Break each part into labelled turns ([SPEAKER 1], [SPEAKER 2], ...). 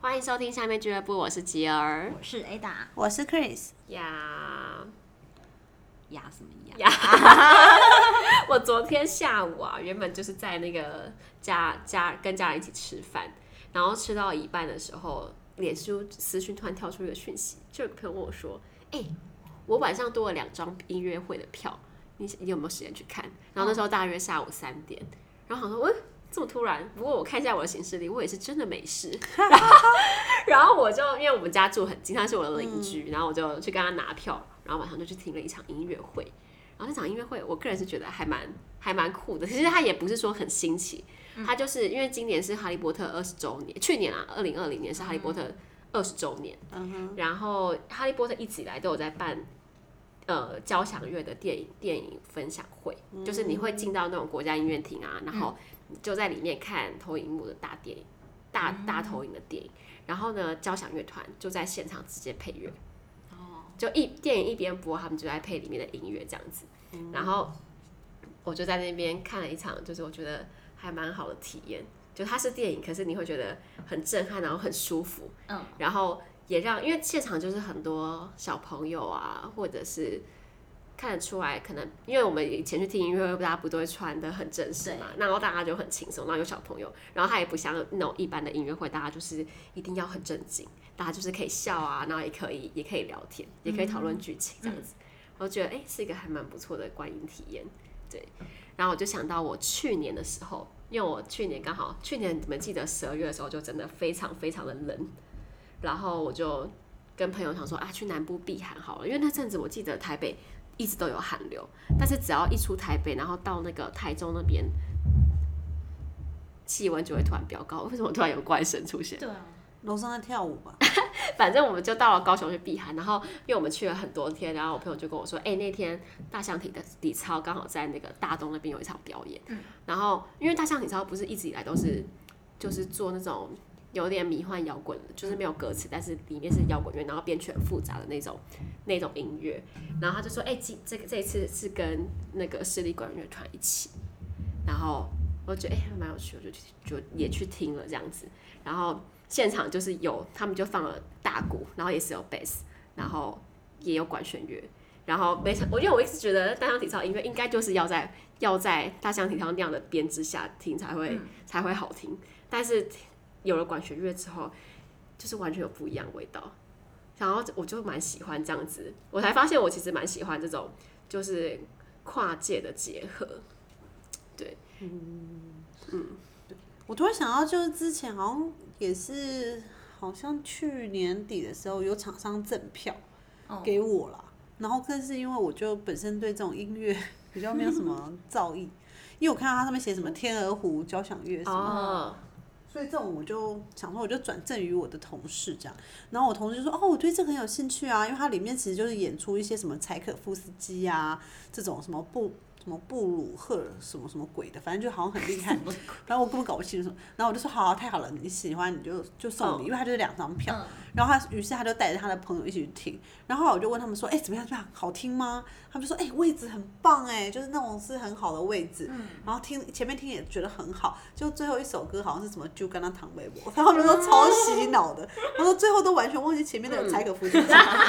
[SPEAKER 1] 欢迎收听下面俱乐部，我是吉儿
[SPEAKER 2] 我是 Ada
[SPEAKER 3] 我是 Chris，
[SPEAKER 1] 呀
[SPEAKER 2] 呀什么呀？
[SPEAKER 1] 呀！ 我昨天下午啊，原本就是在那个家家跟家人一起吃饭，然后吃到一半的时候，脸书私讯突然跳出一个讯息，就有个朋友问我说：“哎、我晚上多了两张音乐会的票，你你有没有时间去看？”然后那时候大约下午三点，然后想说：“喂、这么突然，不过我看一下我的行事历，我也是真的没事。然后，然后我就因为我们家住很近，他是我的邻居，然后我就去跟他拿票，然后晚上就去听了一场音乐会。然后那场音乐会，我个人是觉得还蛮还蛮酷的。其实它也不是说很新奇，它就是因为今年是哈利波特二十周年，去年啊，二零二零年是哈利波特二十周年。然后哈利波特一直以来都有在办。呃，交响乐的电影电影分享会，就是你会进到那种国家音乐厅啊，然后你就在里面看投影幕的大电影，大大投影的电影。然后呢，交响乐团就在现场直接配乐，
[SPEAKER 2] 哦，
[SPEAKER 1] 就一电影一边播，他们就在配里面的音乐这样子。然后我就在那边看了一场，就是我觉得还蛮好的体验。就它是电影，可是你会觉得很震撼，然后很舒服，
[SPEAKER 2] 嗯，
[SPEAKER 1] 然后也让因为现场就是很多小朋友啊，或者是看得出来，可能因为我们以前去听音乐会，大家不都会穿的很正式嘛，然后大家就很轻松，然后有小朋友，然后他也不像那种一般的音乐会，大家就是一定要很正经，大家就是可以笑啊，然后也可以也可以聊天，也可以讨论剧情这样子，我觉得哎、诶是一个还蛮不错的观影体验，对，然后我就想到我去年的时候。因为我去年刚好，去年你们记得十二月的时候就真的非常非常的冷，然后我就跟朋友想说啊，去南部避寒好了，因为那阵子我记得台北一直都有寒流，但是只要一出台北，然后到那个台中那边，气温就会突然飙高。为什么突然有怪声出现？
[SPEAKER 2] 对啊，
[SPEAKER 3] 楼上在跳舞 吧？
[SPEAKER 1] 反正我们就到了高雄去避寒，然后因为我们去了很多天，然后我朋友就跟我说，哎、那天大象体的体操刚好在那个大东那边有一场表演，然后因为大象体操不是一直以来都是就是做那种有点迷幻摇滚的，就是没有歌词，但是里面是摇滚乐，然后编曲很复杂的那种 那种音乐，然后他就说，哎、今这个这一次是跟那个势力管乐团一起，然后我觉得哎、还蛮有趣，我就去就也去听了这样子，然后。现场就是有，他们就放了大鼓，然后也是有 bass，然后也有管弦乐，然后没想，我因为我一直觉得大象体操音乐应该就是要在要在大象体操那样的编制下听才会、才会好听，但是有了管弦乐之后，就是完全有不一样的味道，然后我就蛮喜欢这样子，我才发现我其实蛮喜欢这种就是跨界的结合，
[SPEAKER 3] 我突然想到，就是之前好像也是，好像去年底的时候有厂商赠票
[SPEAKER 2] 哦
[SPEAKER 3] 给我啦，然后更是因为我就本身对这种音乐比较没有 什么造诣，因为我看到它上面写什么天鹅湖交响乐什么，
[SPEAKER 1] 哦，
[SPEAKER 3] 所以这种我就想说，我就转赠于我的同事这样。然后我同事就说：“哦，我对这个很有兴趣啊，因为它里面其实就是演出一些什么柴可夫斯基啊，这种什么布什么布鲁赫 尔什么什么鬼的，反正就好像很厉害。反正我根本搞不清楚。然后我就说：好、啊，太好了，你喜欢你就就送你，因为它就是两张票。然后他于是他就带着他的朋友一起去听。然后后来我就问他们说：哎、怎么样？怎么样？好听吗？他们就说：哎、位置很棒哎、就是那种是很好的位置。然后听前面听也觉得很好，就最后一首歌好像是什么《就跟他唐微博》，他们都超洗脑的。然后最后都完全忘记前面的柴可夫斯基，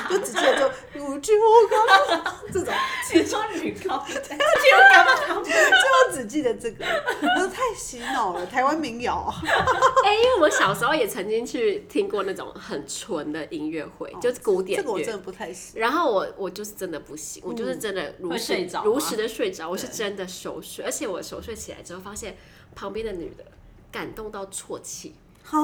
[SPEAKER 3] 就只记得就五句我刚 这种，
[SPEAKER 2] 你说女高音，
[SPEAKER 3] 最后只记得这个，真的太洗脑了，台湾民谣。
[SPEAKER 1] 哎、因为我小时候也曾经去听过那种很纯的音乐会，就是古典乐。
[SPEAKER 3] 哦这个我真的嗯不太行。
[SPEAKER 1] 然后我我就是真的不行，我就是真的如
[SPEAKER 2] 会
[SPEAKER 1] 实
[SPEAKER 2] 睡着
[SPEAKER 1] 如
[SPEAKER 2] 吗
[SPEAKER 1] 实的睡着，我是真的熟睡，而且我熟睡起来之后，发现旁边的女的感动到啜泣，
[SPEAKER 3] 好，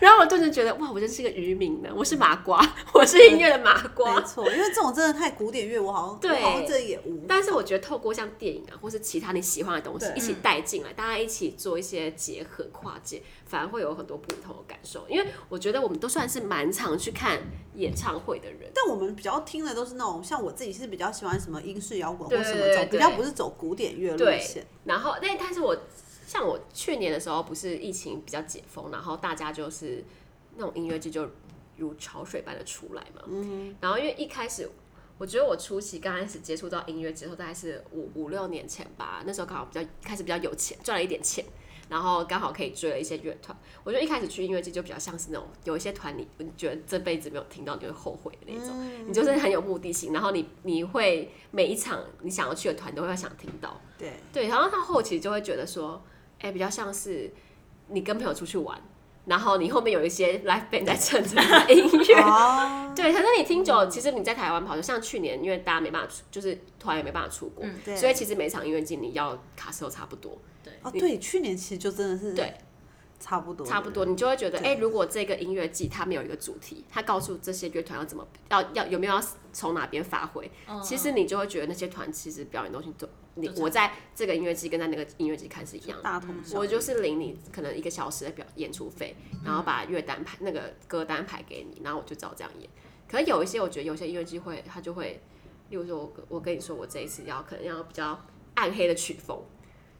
[SPEAKER 1] 然后我顿时觉得哇，我真是个渔民呢，我是麻瓜， 我是音乐的麻瓜
[SPEAKER 3] 没。错，因为这种真的太古典乐，我好像
[SPEAKER 1] 对
[SPEAKER 3] 我好像这也无
[SPEAKER 1] 但是我觉得透过像电影啊，或是其他你喜欢的东西
[SPEAKER 3] 嗯对
[SPEAKER 1] 一起带进来，大家一起做一些结合跨界，反而会有很多不同的感受。因为我觉得我们都算是蛮常去看演唱会的人，
[SPEAKER 3] 但我们比较听的都是那种，像我自己是比较喜欢什么英式摇滚
[SPEAKER 1] 对
[SPEAKER 3] 或什么这种，
[SPEAKER 1] 对
[SPEAKER 3] 比较不是走古典乐路
[SPEAKER 1] 对
[SPEAKER 3] 线。
[SPEAKER 1] 然后，但但是我像我去年的时候，不是疫情比较解封，然后大家就是那种音乐剧就如潮水般的出来嘛。嗯，然后因为一开始。我觉得我初期刚开始接触到音乐之后，大概是五五六年前吧，那时候刚好比较开始比较有钱，赚了一点钱，然后刚好可以追了一些乐团。我觉得一开始去音乐季就比较像是那种有一些团你你觉得这辈子没有听到你会后悔的那种，
[SPEAKER 3] 嗯
[SPEAKER 1] 你就是很有目的性，然后你你会每一场你想要去的团都会想听到。
[SPEAKER 3] 对，
[SPEAKER 1] 对，然后到后期就会觉得说，哎、比较像是你跟朋友出去玩，然后你后面有一些 live band 在衬着你的音乐。
[SPEAKER 3] 哦，
[SPEAKER 1] 对，可是你听久了，其实你在台湾跑，就像去年，因为大家没办法出，就是团也没办法出国，
[SPEAKER 2] 嗯
[SPEAKER 3] 对，
[SPEAKER 1] 所以其实每场音乐季你要卡斯都差不多，
[SPEAKER 3] 哦，对，去年其实就真的是
[SPEAKER 1] 对，
[SPEAKER 3] 差不多，
[SPEAKER 1] 差不多，你就会觉得，哎、
[SPEAKER 3] 对
[SPEAKER 1] 如果这个音乐季它没有一个主题，它告诉这些乐团要怎么，要要有没有要从哪边发挥，其实你就会觉得那些团其实表演东西都，你
[SPEAKER 2] 都差不多
[SPEAKER 1] 我在这个音乐季跟在那个音乐季看是一样的。嗯
[SPEAKER 3] 大同小异。
[SPEAKER 1] 我就是领你可能一个小时的表演出费，然后把乐单排那个歌单排给你，然后我就照这样演。可是有一些我觉得有些音乐机会，他就会，例如说我跟我跟你说我这一次要可能要比较暗黑的曲风，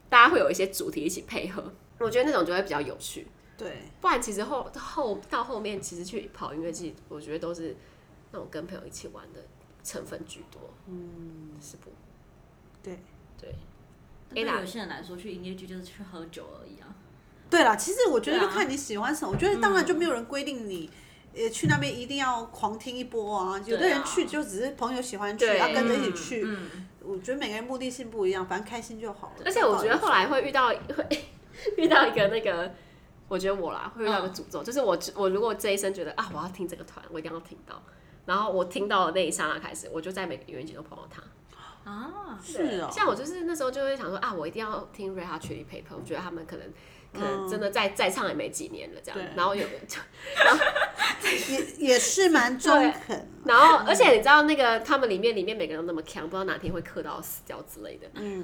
[SPEAKER 1] 大家会有一些主题一起配合，我觉得那种就会比较有趣。
[SPEAKER 3] 对，
[SPEAKER 1] 不然其实后后到后面其实去跑音乐季，我觉得都是那种跟朋友一起玩的成分居多，嗯，是不？
[SPEAKER 3] 对
[SPEAKER 1] 对，
[SPEAKER 2] 对
[SPEAKER 1] Ada
[SPEAKER 2] 有些人来说，去音乐剧就是去喝酒而已啊。
[SPEAKER 3] 对啦，其实我觉得
[SPEAKER 2] 对
[SPEAKER 3] 就
[SPEAKER 2] 啊
[SPEAKER 3] 看你喜欢什么，我觉得当然就没有人规定你。呃，去那边一定要狂听一波啊！有的
[SPEAKER 2] 对啊
[SPEAKER 3] 人去就只是朋友喜欢去，
[SPEAKER 1] 对
[SPEAKER 3] 要跟着一起去。
[SPEAKER 2] 嗯，
[SPEAKER 3] 我觉得每个人目的性不一样，反正开心就好了。
[SPEAKER 1] 而且我觉得后来会遇到会 遇到一个那个，我觉得我啦会遇到
[SPEAKER 3] 嗯
[SPEAKER 1] 一个诅咒，就是我我如果这一生觉得啊我要听这个团，我一定要听到，然后我听到的那一刹那开始，我就在每个音乐节都碰到他。
[SPEAKER 2] 啊，
[SPEAKER 3] 是哦，
[SPEAKER 1] 像我就是那时候就会想说啊，我一定要听 Red Hot Chili Pepper，我觉得他们可能可能真的再再唱也没几年了这样
[SPEAKER 3] 嗯对。
[SPEAKER 1] 然后有
[SPEAKER 3] 也也是蛮中肯。
[SPEAKER 1] 然后，而且你知道那个他们里面里面每个人都那么强，不知道哪天会嗑到死掉之类的。嗯，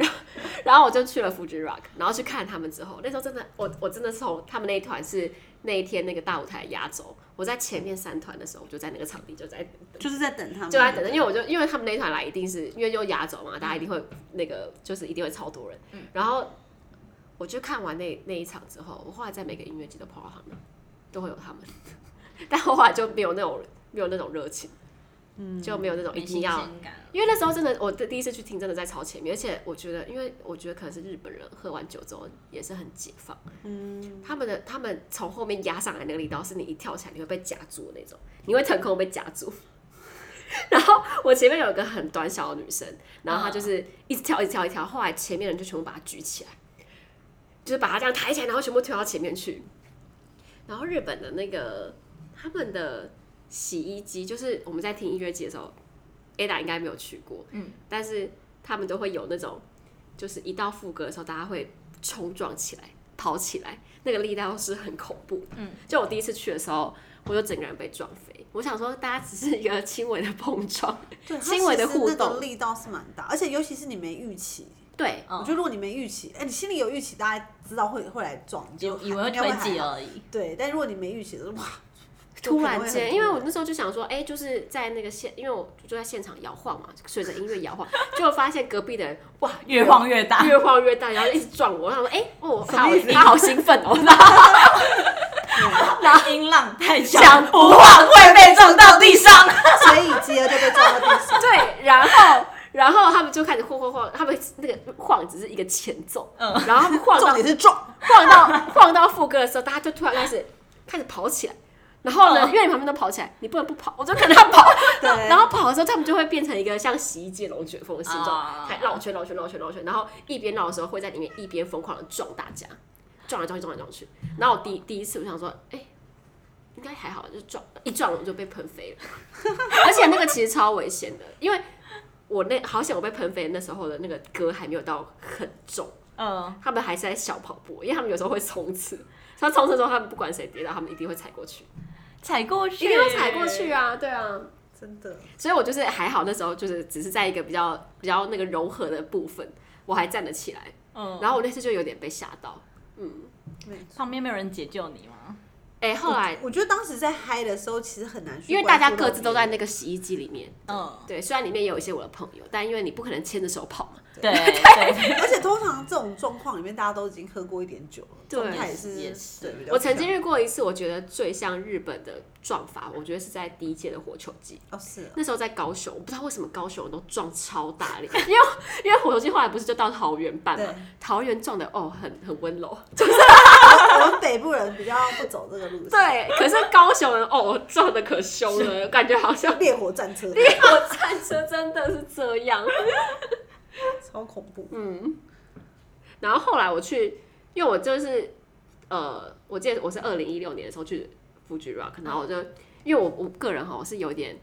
[SPEAKER 1] 然后我就去了 Fuji Rock，然后去看他们之后，那时候真的我我真的是从他们那一团是那一天那个大舞台的压轴，我在前面三团的时候，我就在那个场地就在
[SPEAKER 3] 就是在等他们，
[SPEAKER 1] 就在等着，因为我就因为他们那一团来一定是因为就压轴嘛，大家一定会那个就是一定会超多人。然后我就看完那那一场之后，我后来在每个音乐节都碰到他们，都会有他们， 但我后来就没有那种没有那种热情，嗯，就没有那种一
[SPEAKER 2] 没
[SPEAKER 1] 定
[SPEAKER 2] 新
[SPEAKER 1] 要。
[SPEAKER 2] 鲜感。
[SPEAKER 1] 因为那时候真的，我第一次去听，真的在超前面，而且我觉得，因为我觉得可能是日本人喝完酒之后也是很解放，嗯，他们的他们从后面压上来那个力道，是你一跳起来你会被夹住的那种，你会腾空被夹住。然后 我前面有一个很短小的女生，然后她就是一直跳一直跳一直跳，后来前面人就全部把她举起来，就是把她这样抬起来，然后全部推到前面去。然后日本的那个他们的洗衣机，就是我们在听音乐节的时候，Ada 应该没有去过，嗯，但是他们都会有那种，就是一到副歌的时候，大家会冲撞起来、跑起来，那个力道是很恐怖的。嗯，就我第一次去的时候，我就整个人被撞飞。我想说，大家只是一个轻微的碰撞，
[SPEAKER 3] 对
[SPEAKER 1] 轻微的互动哦
[SPEAKER 3] 它其实那个力道是蛮大，而且尤其是你没预期。
[SPEAKER 1] 对，
[SPEAKER 2] 嗯
[SPEAKER 3] 我觉得如果你没预期，哎、你心里有预期，大家知道会会来撞，你就
[SPEAKER 2] 有以为会
[SPEAKER 3] 应该会
[SPEAKER 2] 推
[SPEAKER 3] 还
[SPEAKER 2] 挤
[SPEAKER 3] 好。
[SPEAKER 2] 而已，
[SPEAKER 3] 对，但如果你没预期，就是 哇，就
[SPEAKER 1] 突
[SPEAKER 3] 可能会
[SPEAKER 1] 然
[SPEAKER 3] 很
[SPEAKER 1] 间，
[SPEAKER 3] 突
[SPEAKER 1] 因为我那时候就想说，哎、就是在那个现，因为我就在现场摇晃嘛，随着音乐摇晃，就发现隔壁的人哇
[SPEAKER 2] 越晃越大。
[SPEAKER 1] 越晃越大，然后一直撞我，然后我想说，哎、哦，
[SPEAKER 3] 什
[SPEAKER 1] 他
[SPEAKER 3] 么
[SPEAKER 1] 好
[SPEAKER 3] 意思
[SPEAKER 1] 他好兴奋 哦，
[SPEAKER 2] 音浪太
[SPEAKER 1] 想
[SPEAKER 2] 不晃会被撞到地上。
[SPEAKER 3] 所以接就被撞到地上。
[SPEAKER 1] 对，然后然后他们就开始晃晃晃，他们那个晃只是一个前奏，嗯，然后他们晃
[SPEAKER 3] 重
[SPEAKER 1] 到
[SPEAKER 3] 点是撞，
[SPEAKER 1] 晃到 晃到副歌的时候，大家就突然开始开始跑起来。然后呢，
[SPEAKER 2] 嗯
[SPEAKER 1] 因为你旁边都跑起来，你不能不跑，我就看他跑。
[SPEAKER 3] 对
[SPEAKER 1] 然后跑的时候，他们就会变成一个像洗衣机龙卷风的形
[SPEAKER 2] 啊
[SPEAKER 1] 状，还绕圈绕圈绕圈绕圈。然后一边绕的时候，会在里面一边疯狂的撞大家，撞来撞去撞来撞去。然后我第第一次我想说，哎、应该还好，就撞一撞我就被喷飞了，而且那个其实超危险的，因为我那好险我被喷飞那时候的那个歌还没有到很重，
[SPEAKER 2] 嗯，
[SPEAKER 1] 他们还是在小跑步，因为他们有时候会冲刺，他冲刺之后他们不管谁跌倒，他们一定会踩过去，
[SPEAKER 2] 踩过去，
[SPEAKER 1] 一定会踩过去啊，对啊。
[SPEAKER 3] 真的
[SPEAKER 1] 所以我就是还好，那时候就是只是在一个比较比较那个柔和的部分，我还站得起来。
[SPEAKER 2] 嗯，
[SPEAKER 1] 哦然后我那次就有点被吓到，
[SPEAKER 3] 没错。
[SPEAKER 2] 旁边没有人解救你吗？
[SPEAKER 1] 哎、后来
[SPEAKER 3] 我觉得当时在嗨的时候，其实很难去，
[SPEAKER 1] 因为大家各自都在。那个洗衣机里面，
[SPEAKER 2] 嗯，
[SPEAKER 1] 对，虽然里面也有一些我的朋友，但因为你不可能牵着手跑嘛，
[SPEAKER 2] 对对，
[SPEAKER 3] 而且通常这种状况里面，大家都已经喝过一点酒了，
[SPEAKER 1] 对
[SPEAKER 3] 状态也是
[SPEAKER 2] 也是
[SPEAKER 3] 对。比较
[SPEAKER 1] 我曾经
[SPEAKER 3] 像
[SPEAKER 1] 遇过一次，我觉得最像日本的撞法，我觉得是在第一届的火球季。
[SPEAKER 3] 哦是啊
[SPEAKER 1] 那时候在高雄，我不知道为什么高雄都撞超大 力，因为因为火球季后来不是就到桃园办嘛
[SPEAKER 3] 对，
[SPEAKER 1] 桃园撞的哦很很温柔，
[SPEAKER 3] 我们北部人比较不走这个路线，
[SPEAKER 1] 对，可是高雄人哦撞的可凶了，感觉好像
[SPEAKER 3] 烈火战车
[SPEAKER 1] 烈火战车真的是这样。
[SPEAKER 3] 超恐怖。
[SPEAKER 1] 嗯然后后来我去，因为我就是呃，我记得我是二零一六年的时候去 Fuji Rock，然后我就因为我我个人哈，我是有点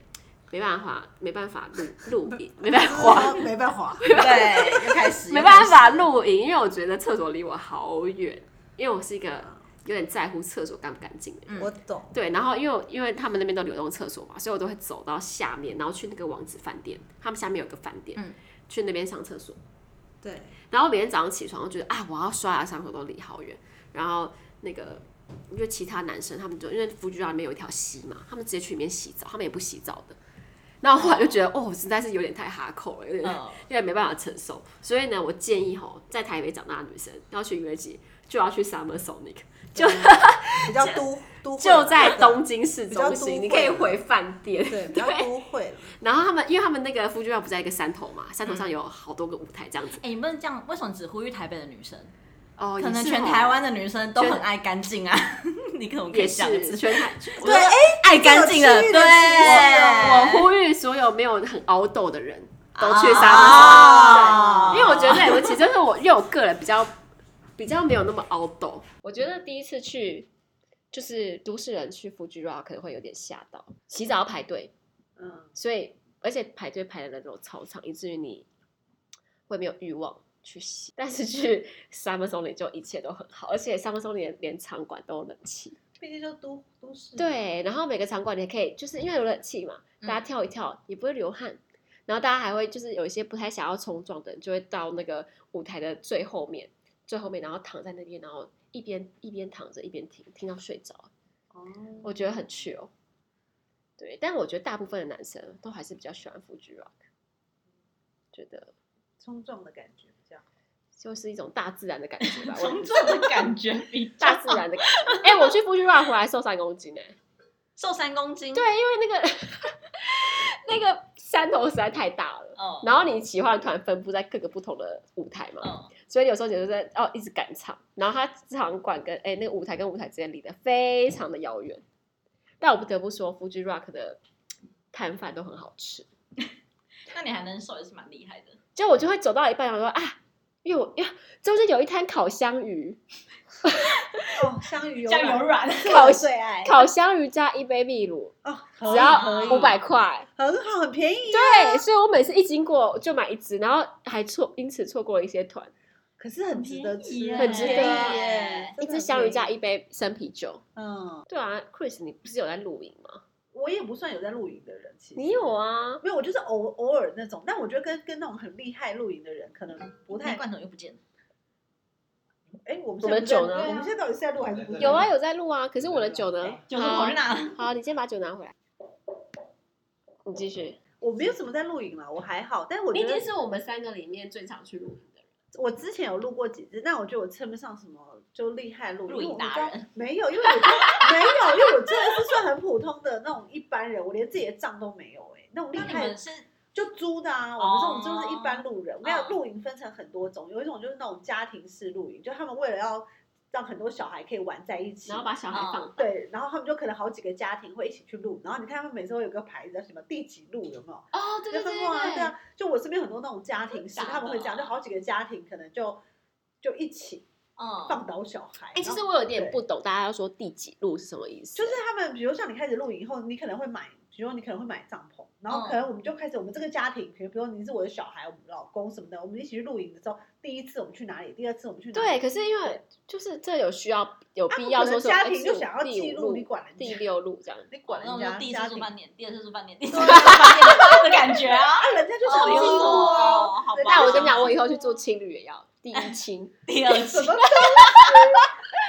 [SPEAKER 1] 没办法没办法录录影，没办法
[SPEAKER 3] 滑没办法，
[SPEAKER 2] 对，又开始，
[SPEAKER 1] 没办法录影，因为我觉得厕所离我好远，因为我是一个有点在乎厕所干不干净的人。
[SPEAKER 2] 嗯
[SPEAKER 3] 我懂。
[SPEAKER 1] 对，然后因为我因为他们那边都流动厕所嘛，所以我都会走到下面，然后去那个王子饭店，他们下面有个饭店，
[SPEAKER 2] 嗯
[SPEAKER 1] 去那边上厕所。
[SPEAKER 3] 对，
[SPEAKER 1] 然后每天早上起床，我觉得啊，我要刷牙上厕所都离好远。然后那个，因为其他男生他们就因为福居道里面有一条溪嘛，他们直接去里面洗澡，他们也不洗澡的。然后后来就觉得哦，实在是有点太哈扣了，有点、
[SPEAKER 2] 嗯
[SPEAKER 1] 有点没办法承受。所以呢，我建议吼，在台北长大的女生要去约集，就要去 Summer Sonic，
[SPEAKER 3] 比较都都会
[SPEAKER 1] 就在
[SPEAKER 3] 了
[SPEAKER 1] 东京市
[SPEAKER 3] 比较
[SPEAKER 1] 中
[SPEAKER 3] 都
[SPEAKER 1] 心，你
[SPEAKER 3] 会
[SPEAKER 1] 可以
[SPEAKER 3] 了
[SPEAKER 1] 回饭店。
[SPEAKER 3] 对比较都会了。
[SPEAKER 1] 然后他们，因为他们那个福居道不在一个山头嘛，山头上有好多个舞台这样子。
[SPEAKER 2] 哎、你不能这样，为什么只呼吁台北的女生？
[SPEAKER 1] 哦，也
[SPEAKER 2] 可能
[SPEAKER 1] 是
[SPEAKER 2] 全
[SPEAKER 1] 吼
[SPEAKER 2] 台湾的女生都很爱干净啊。 你可能可
[SPEAKER 1] 也
[SPEAKER 2] 以这样
[SPEAKER 1] 是
[SPEAKER 2] 子，
[SPEAKER 1] 全台
[SPEAKER 3] 对，哎，
[SPEAKER 2] 爱干净的，
[SPEAKER 3] 这个有区域
[SPEAKER 2] 对，
[SPEAKER 3] 的
[SPEAKER 1] 我
[SPEAKER 3] 歧
[SPEAKER 1] 呼吁所有没有很凹斗的人都去
[SPEAKER 2] 哦
[SPEAKER 1] 沙发
[SPEAKER 2] 哦
[SPEAKER 1] 因为 我觉得我其实是我因为我个人比较比较没有那么凹斗。我觉得第一次去就是都市人去 Fuji Rock 可能会有点吓到，洗澡要排队，
[SPEAKER 3] 嗯，
[SPEAKER 1] 所以而且排队排的人都超长，以至于你会没有欲望去洗。但是去 Summer Sonic 就一切都很好，而且 Summer Sonic 连连场馆都有冷气。
[SPEAKER 3] 毕竟就都都市。，
[SPEAKER 1] 对，然后每个场馆你可以，就是因为有冷气嘛，大家跳一跳、也不会流汗，然后大家还会就是有一些不太想要冲撞的人，就会到那个舞台的最后面，最后面，然后躺在那边，然后一边一边躺着一边听，听到睡着，
[SPEAKER 3] 哦
[SPEAKER 1] 我觉得很 chill。对，但我觉得大部分的男生都还是比较喜欢 Fuji Rock，觉得
[SPEAKER 3] 冲撞的感觉这样。
[SPEAKER 1] 就是一种大自然的感觉吧，我
[SPEAKER 2] 从众的感觉比较
[SPEAKER 1] 大自然的感觉。哎、我去 Fuji Rock 回来瘦三公斤哎、
[SPEAKER 2] 瘦三公斤，
[SPEAKER 1] 对，，因为那个 那个山头实在太大了。
[SPEAKER 2] 哦，
[SPEAKER 1] 然后你奇幻团分布在各个不同的舞台嘛，
[SPEAKER 2] 嗯，
[SPEAKER 1] 所以有时候你就在哦一直赶场，然后它场馆跟哎那个舞台跟舞台之间离得非常的遥远。但我不得不说，Fuji Rock 的摊贩都很好吃，
[SPEAKER 2] 那你还能瘦也是蛮厉害的。
[SPEAKER 1] 就我就会走到一半，然后说啊，因为我 呀中间有一摊烤香鱼，
[SPEAKER 3] 哦，香鱼油
[SPEAKER 2] 酱油软，
[SPEAKER 1] 烤
[SPEAKER 3] 最爱
[SPEAKER 1] 烤香鱼加一杯秘鲁，
[SPEAKER 3] 哦，
[SPEAKER 1] 只
[SPEAKER 3] 可以
[SPEAKER 1] 要
[SPEAKER 3] 可以
[SPEAKER 1] 五百块，
[SPEAKER 3] 很好，很便宜。
[SPEAKER 1] 对，所以我每次一经过就买一只，然后还错因此错过了一些团。
[SPEAKER 3] 可是很值得吃啊，
[SPEAKER 1] 很值得
[SPEAKER 3] 便宜耶
[SPEAKER 1] 一只香鱼加。一杯生啤酒。
[SPEAKER 3] 真的很便宜嗯，
[SPEAKER 1] 对啊，Chris，你不是有在露营吗？
[SPEAKER 3] 我也不算有在露营的人，其实
[SPEAKER 1] 你有？啊？
[SPEAKER 3] 没有，我就是偶偶尔那种，但我觉得跟跟那种很厉害露营的人可能不太
[SPEAKER 2] 那。罐头又不见了。
[SPEAKER 3] 哎，我们
[SPEAKER 1] 我
[SPEAKER 3] 现
[SPEAKER 1] 们
[SPEAKER 3] 在
[SPEAKER 1] 的
[SPEAKER 3] 不在
[SPEAKER 1] 酒呢
[SPEAKER 3] 我们现在到底是在录还是不是？
[SPEAKER 1] 有啊，有在录啊。可是我的酒呢？
[SPEAKER 2] 哎酒是我去拿了。
[SPEAKER 1] 好，好你先把酒拿回来。你继续。
[SPEAKER 3] 我没有什么在露营了，我还好，但我
[SPEAKER 1] 你
[SPEAKER 3] 觉
[SPEAKER 1] 已经
[SPEAKER 3] 得
[SPEAKER 1] 是我们三个里面最常去露营的人。
[SPEAKER 3] 我之前有录过几支，但我觉得我称不上什么就厉害露
[SPEAKER 2] 露营
[SPEAKER 3] 因为我
[SPEAKER 2] 达人
[SPEAKER 3] 知道没有，因为我觉得没有，因为我真的是算很普通的那种一般人，我连自己的账都没有哎、那种厉
[SPEAKER 2] 那你们
[SPEAKER 3] 害
[SPEAKER 2] 是
[SPEAKER 3] 就租的啊，我们这种
[SPEAKER 2] 哦
[SPEAKER 3] 就是一般路人。我跟你讲，
[SPEAKER 2] 嗯
[SPEAKER 3] 露营分成很多种，有一种就是那种家庭式露营，就他们为了要让很多小孩可以玩在一起
[SPEAKER 1] 然，后把小孩
[SPEAKER 2] 哦
[SPEAKER 1] 放。
[SPEAKER 3] 对，然后他们就可能好几个家庭会一起去露，然后你看他们每次会有个牌子什么第几路有没有？
[SPEAKER 2] 哦，对
[SPEAKER 3] 就
[SPEAKER 2] 对
[SPEAKER 3] 是
[SPEAKER 2] 对
[SPEAKER 3] 哇，对
[SPEAKER 2] 对
[SPEAKER 3] 啊，就我身边很多那种家庭是
[SPEAKER 2] 真的假的
[SPEAKER 3] 他们会这样，就好几个家庭可能就就一起
[SPEAKER 2] 嗯，
[SPEAKER 3] 放倒小孩。
[SPEAKER 1] 哎，其
[SPEAKER 3] 然
[SPEAKER 1] 实
[SPEAKER 3] 后
[SPEAKER 1] 我有点不懂，大家要说第几路是什么意思？
[SPEAKER 3] 就是他们，比如像你开始露营以后，你可能会买，比如你可能会买帐篷，然
[SPEAKER 2] 嗯
[SPEAKER 3] 后可能我们就开始我们这个家庭，比如比如你是我的小孩，我们老公什么的，我们一起去露营的时候，第一次我们去哪里，第二次我们去哪里，
[SPEAKER 1] 对，可是因为就是这有需要有
[SPEAKER 3] 他们
[SPEAKER 1] 必要
[SPEAKER 3] 啊可
[SPEAKER 1] 说
[SPEAKER 3] 能
[SPEAKER 1] 什么？
[SPEAKER 3] 家
[SPEAKER 1] 哎
[SPEAKER 3] 庭
[SPEAKER 1] 是
[SPEAKER 3] 就
[SPEAKER 1] 我
[SPEAKER 3] 想要
[SPEAKER 1] 第
[SPEAKER 3] 记
[SPEAKER 1] 五
[SPEAKER 3] 录，
[SPEAKER 1] 路
[SPEAKER 3] 你管人
[SPEAKER 1] 第
[SPEAKER 3] 家，
[SPEAKER 1] 六路这 样。
[SPEAKER 3] 你管
[SPEAKER 2] 那
[SPEAKER 3] 人
[SPEAKER 2] 我们
[SPEAKER 3] 家
[SPEAKER 2] 就第一
[SPEAKER 3] 家
[SPEAKER 2] 次住
[SPEAKER 3] 庭。啊
[SPEAKER 2] 饭店，第二次住饭 店，第三次住饭店的感觉啊。
[SPEAKER 3] 啊，人家就是要
[SPEAKER 1] 哦
[SPEAKER 3] 记录
[SPEAKER 2] 哦
[SPEAKER 3] 哦
[SPEAKER 2] 好吧。
[SPEAKER 3] 人家
[SPEAKER 1] 那我
[SPEAKER 3] 就
[SPEAKER 1] 跟你
[SPEAKER 3] 是要
[SPEAKER 1] 讲，我以后
[SPEAKER 3] 记
[SPEAKER 1] 去
[SPEAKER 3] 录
[SPEAKER 1] 做
[SPEAKER 3] 哦
[SPEAKER 1] 青旅也要第 一清，
[SPEAKER 2] 第二
[SPEAKER 3] 什
[SPEAKER 2] 期
[SPEAKER 3] 么东西？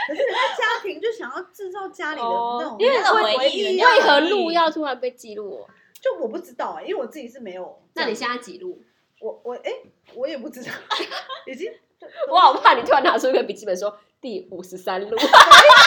[SPEAKER 3] 可是人家家庭就想要制造家里的那种
[SPEAKER 2] 哦因为
[SPEAKER 3] 那种
[SPEAKER 2] 为
[SPEAKER 3] 回
[SPEAKER 2] 人
[SPEAKER 3] 忆啊，
[SPEAKER 2] 家
[SPEAKER 1] 为何路要突然被记录哦？
[SPEAKER 3] 就我不知道哎、因为我自己是没有。
[SPEAKER 1] 那你现在几路？
[SPEAKER 3] 我我哎、我也 不知道，已经都
[SPEAKER 1] 我好怕你突然拿出一个笔记本说第五十三路，